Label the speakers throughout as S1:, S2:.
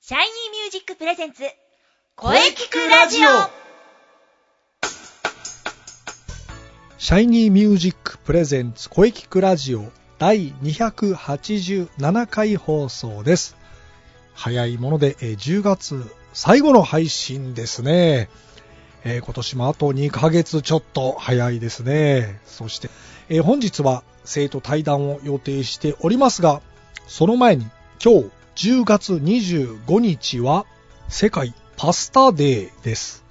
S1: シャイニーミュージックプレゼンツ、
S2: 声聞くラジオ
S3: シャイニーミュージックプレゼンツ声聞くラジオ第287回放送です。早いもので、えー10月最後の配信ですね。えー今年もあと2ヶ月ちょっと早いですね。そして、えー本日は生徒対談を予定しておりますが、その前に今日10月25日は世界パスタデーです。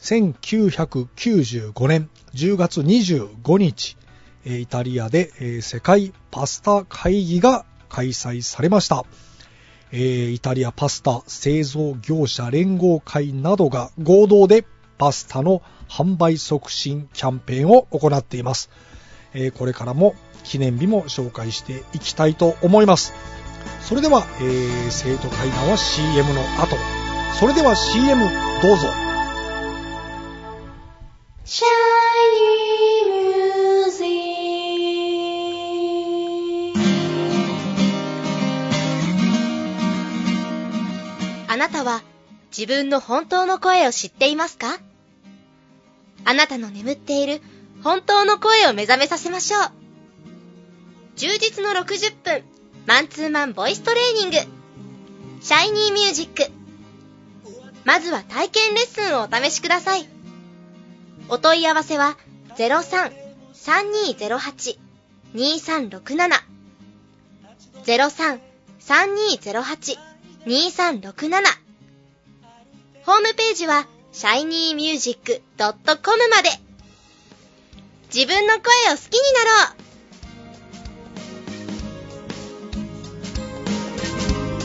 S3: 1995年10月25日、えーイタリアで、えー世界パスタ会議が開催されました。えーイタリアパスタ製造業者連合会などが合同でパスタの販売促進キャンペーンを行っています。えーこれからも記念日も紹介していきたいと思います。それでは、えー生徒会談は CM の後。それでは CM どうぞ。
S1: シャイニーミュージックあなたは自分の本当の声を知っていますかあなたの眠っている本当の声を目覚めさせましょう。充実の60分、マンツーマンボイストレーニング。シャイニーミュージック。まずは体験レッスンをお試しください。お問い合わせは03-3208-2367 03-3208-2367ホームページは shinymusic.com まで自分の声を好きになろうシャイニーミュージッ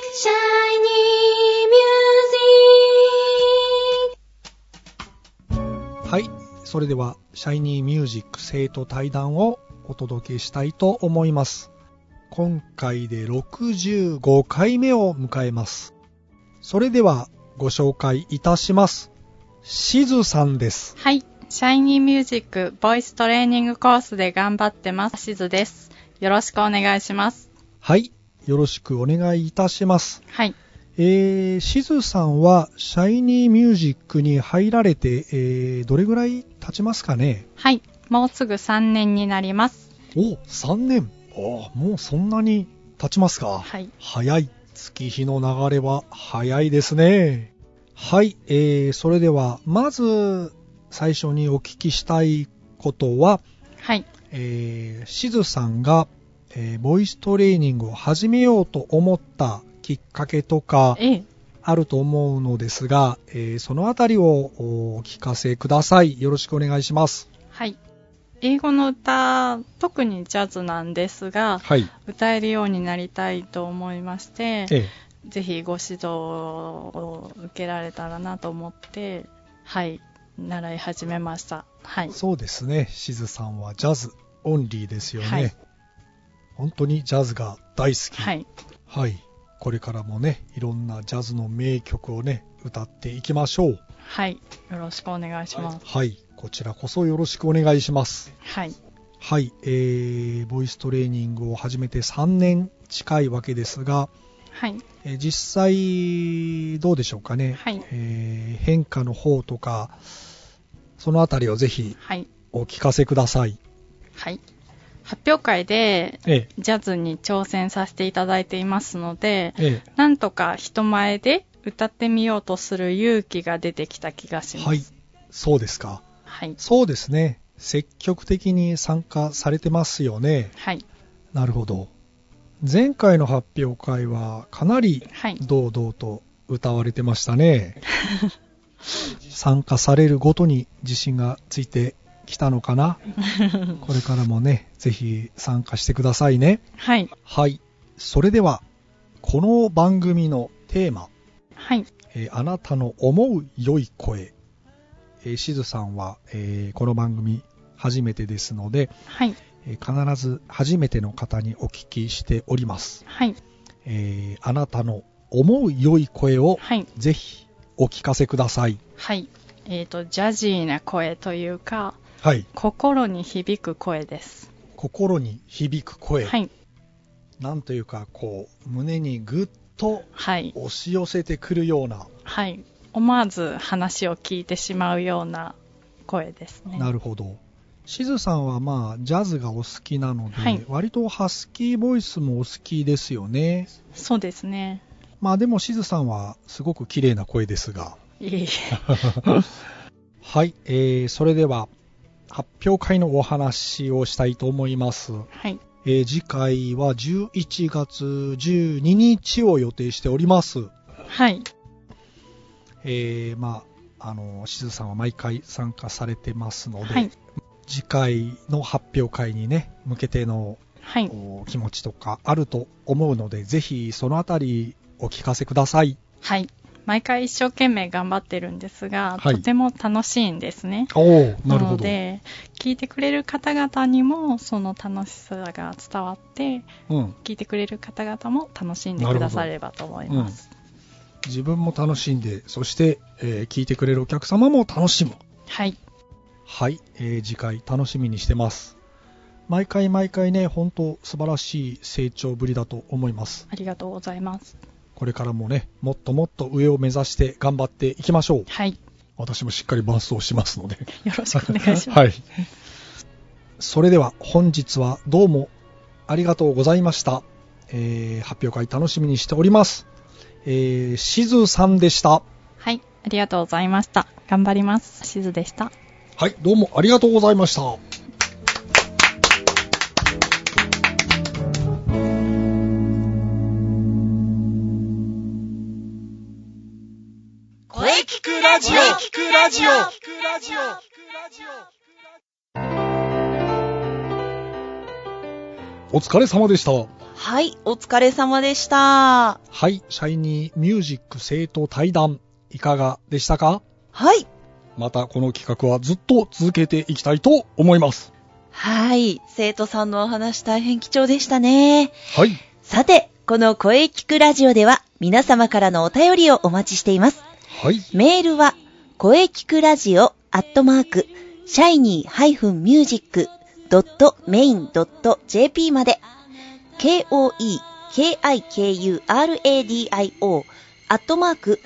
S1: ク、シャイニーミュージック。
S3: はい、それではシャイニーミュージック生徒対談をお届けしたいと思います。今回で65回目を迎えます。それではご紹介いたします。しずさんです。
S4: はい。シャイニーミュージックボイストレーニングコースで頑張ってます。しずです。よろしくお願いします。
S3: はい、よろしくお願いいたします。
S4: はい。
S3: えー、しずさんはシャイニーミュージックに入られて、えーどれぐらい経ちますかね
S4: はい。もうすぐ3年になります。
S3: お、3年。ああ、もうそんなに経ちますか。
S4: はい。
S3: 早い。月日の流れは早いですね。はい、えー、それでは、まず、最初にお聞きしたいことは、
S4: はい。
S3: えー、しずさんが、えーボイストレーニングを始めようと思ったきっかけとか、
S4: ええ。
S3: あると思うのですが、えーそのあたりをおお聞かせください。よろしくお願いします。
S4: はい。英語の歌、特にジャズなんですが、
S3: はい。
S4: 歌えるようになりたいと思いまして、
S3: え
S4: ぜひご指導を受けられたらなと思って、はい。習い始めました。はい
S3: ー、。そうですね。しずさんはジャズオンリーですよね。
S4: はい
S3: 本当にジャズが大好き。
S4: はい。
S3: はい。これからもね、いろんなジャズの名曲をね、歌っていきましょう。
S4: はい。よろしくお願いします。
S3: はい。こちらこそよろしくお願いします。
S4: はい。
S3: はい。えー、ボイストレーニングを始めて3年近いわけですが、
S4: はい。
S3: えー実際、どうでしょうかね。
S4: はい
S3: えー変化の方とか、そのあたりをぜひ
S4: はい。
S3: お聞かせください。
S4: はい。発表会で
S3: え
S4: ジャズに挑戦させていただいていますので
S3: え、え
S4: なんとか人前で歌ってみようとする勇気が出てきた気がし
S3: え
S4: ます。
S3: はい。そうですか。
S4: はい。
S3: そうですね。積極的に参加されてますよね。
S4: はい。
S3: なるほど。前回の発表会はかなり
S4: はい。
S3: 堂々と歌われてましたね。参加されるごとに自信がついてきたのかな。これからもね、ぜひ参加してくださいね。
S4: はい。
S3: はい。それでは、この番組のテーマ、
S4: はい。
S3: えーあなたの思う良い声。えーしずさんは、えーこの番組初めてですので、
S4: はい。
S3: えー必ず初めての方にお聞きしております。
S4: はい。
S3: えーあなたの思う良い声を
S4: はい。
S3: ぜひお聞かせください。
S4: はい。えっ、と、ジャジーな声というか、
S3: はい。
S4: 心に響く声です。
S3: 心に響く声。
S4: はい。
S3: なんというかこう胸にぐっと
S4: はい、
S3: 押し寄せてくるような、
S4: はい、思わず話を聞いてしまうような声ですね。
S3: なるほどしずさんはまあジャズがお好きなので、
S4: はい
S3: 割とハスキーボイスもお好きですよね
S4: そうですね。
S3: まあでもしずさんはすごく綺麗な声ですが
S4: いい
S3: はい、えーそれでは発表会のお話をしたいと思います、
S4: はい、
S3: えー次回は11月12日を予定しております
S4: はい、
S3: えーまああのしずさんは毎回参加されてますので、
S4: はい、
S3: 次回の発表会にね向けての
S4: はい、
S3: こう気持ちとかあると思うのでぜひそのあたりお聞かせください
S4: はい。毎回一生懸命頑張ってるんですが、
S3: はい
S4: とても楽しいんですね。
S3: おおなる
S4: な
S3: ほ
S4: の
S3: ど、
S4: で、聞いてくれる方々にもその楽しさが伝わって、
S3: うん、
S4: 聞いてくれる方々も楽しんでくださればと思います。
S3: 自分も楽しんでそして、えー聞いてくれるお客様も楽しむ
S4: はい、
S3: はい、えー次回楽しみにしてます毎回毎回ね本当素晴らしい成長ぶりだと思います
S4: ありがとうございます。
S3: これからもねもっともっと上を目指して頑張っていきましょう
S4: はい、
S3: 私もしっかり伴奏しますので
S4: よろしくお願いします。
S3: はい。それでは本日はどうもありがとうございました。えー発表会楽しみにしております。えー、しずさんでした。
S4: はい、ありがとうございました。頑張ります。しずでした。
S3: はい、どうもありがとうございました。
S2: 声聞くラジオ声聞くラジオ
S3: お疲れ様でした。
S5: はい、お疲れ様でし
S3: は
S5: た。
S3: い、シャイニーミュージック生徒対談、いかがでしたか
S5: はい。
S3: またこの企画はずっと続けていきたいと思います。
S5: はい、生徒さんのお話大変貴重でしたね。
S3: はい。
S5: さて、この声聞くラジオでは皆様からのお便りをお待ちしています。
S3: はい。
S5: メールは、声聞くラジオアットマーク、シャイニー -music.main.jp まで、k-o-e-k-i-k-u-r-a-d-i-o アットマーク、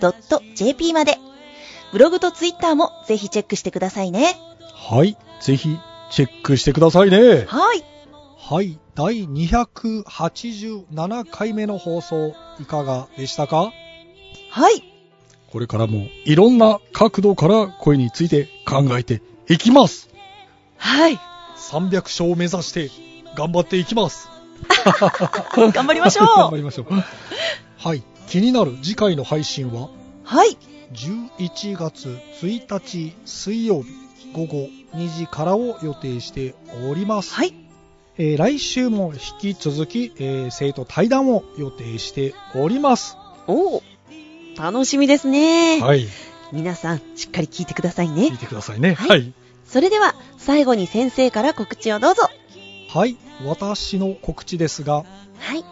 S5: shiny-music.main.jp まで、ブログとツイッターもぜひチェックしてくださいね。
S3: はい。ぜひ、チェックしてくださいね。
S5: はい。
S3: はい、第287回目の放送いかがでしたか
S5: はい。
S3: これからもいろんな角度から声について考えていきます
S5: はい。
S3: 300勝を目指して頑張っていきます
S5: 頑張りましょ
S3: 頑張
S5: う。
S3: りましょうはい、気になる次回の配信は
S5: はい。
S3: 11月1日水曜日午後2時からを予定しております
S5: はい。
S3: えー来週も引き続き、えー生徒対談を予定しております
S5: おお、楽しみですね。
S3: はい
S5: 皆さん、しっかり聞いてください
S3: 聞
S5: ね
S3: い。てくださいね。
S5: はい
S3: はい。
S5: それでは、最後に先生から告知をどうぞ。
S3: はい、私の告知ですが、
S5: はい。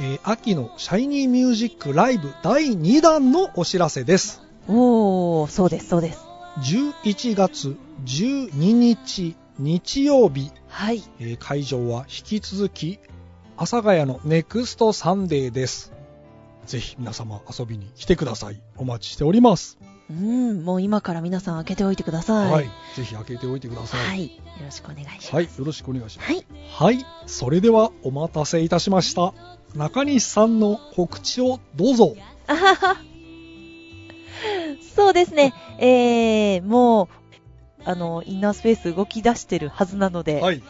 S3: えー秋のシャイニーミュージックライブ第2弾のお知らせです。
S5: おー、そうです、そうです。
S3: 11月12日日曜日、
S5: はい。
S3: えー会場は引き続き、阿佐ヶ谷のネクストサンデーです。ぜひ皆様遊びに来てください。お待ちしております。
S5: うん、もう今から皆さん開けておいてください。
S3: はい。ぜひ開けておいてくださ。
S5: はいい。よろしくお願いします。
S3: はい。よろしくお願いします。
S5: はい。
S3: はい。それではお待たせいたしました。中西さんの告知をどうぞ。
S5: あはは。そうですね。えー、もう、あの、インナースペース動き出してるはずなので、
S3: はい。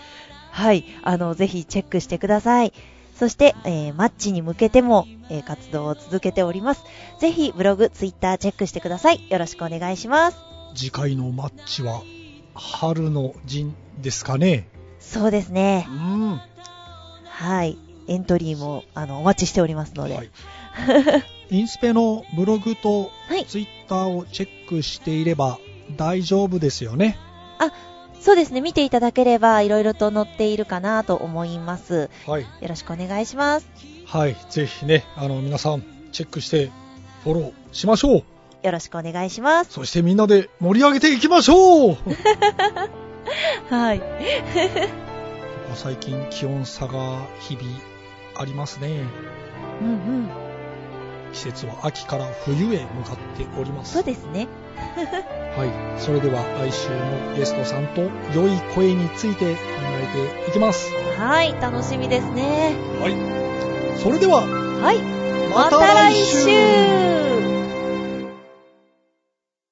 S5: はい、あの、ぜひチェックしてください。そして、えーマッチに向けても、えー活動を続けております。ぜひ、ブログ、ツイッターチェックしてください。よろしくお願いします。
S3: 次回のマッチは春の陣ですかね。
S5: そうですね
S3: う。ん。は
S5: はい。エントリーも、あの、お待ちしておりますので。はい。。
S3: インスペのブログと
S5: はい
S3: ツイッターをチェックしていれば大丈夫ですよね。
S5: そうですね。見ていただければ、いろいろと載っているかなと思います。
S3: はい。
S5: よろしくお願いします。
S3: はい。ぜひね、あの皆さんチェックしてフォローしましょう。
S5: よろしくお願いします。
S3: そしてみんなで盛り上げていきましょう
S5: はい。
S3: 最近気温差が日々ありますね
S5: うんうん。
S3: 季節は秋から冬へ向かっております
S5: そうですね。
S3: はい、それでは来週もゲストさんと良い声について考えていきます。
S5: はい。楽しみですね。
S3: それでは
S5: はい。
S3: ま
S5: ま
S3: た
S5: た
S3: 来
S5: 来
S3: 週
S5: 週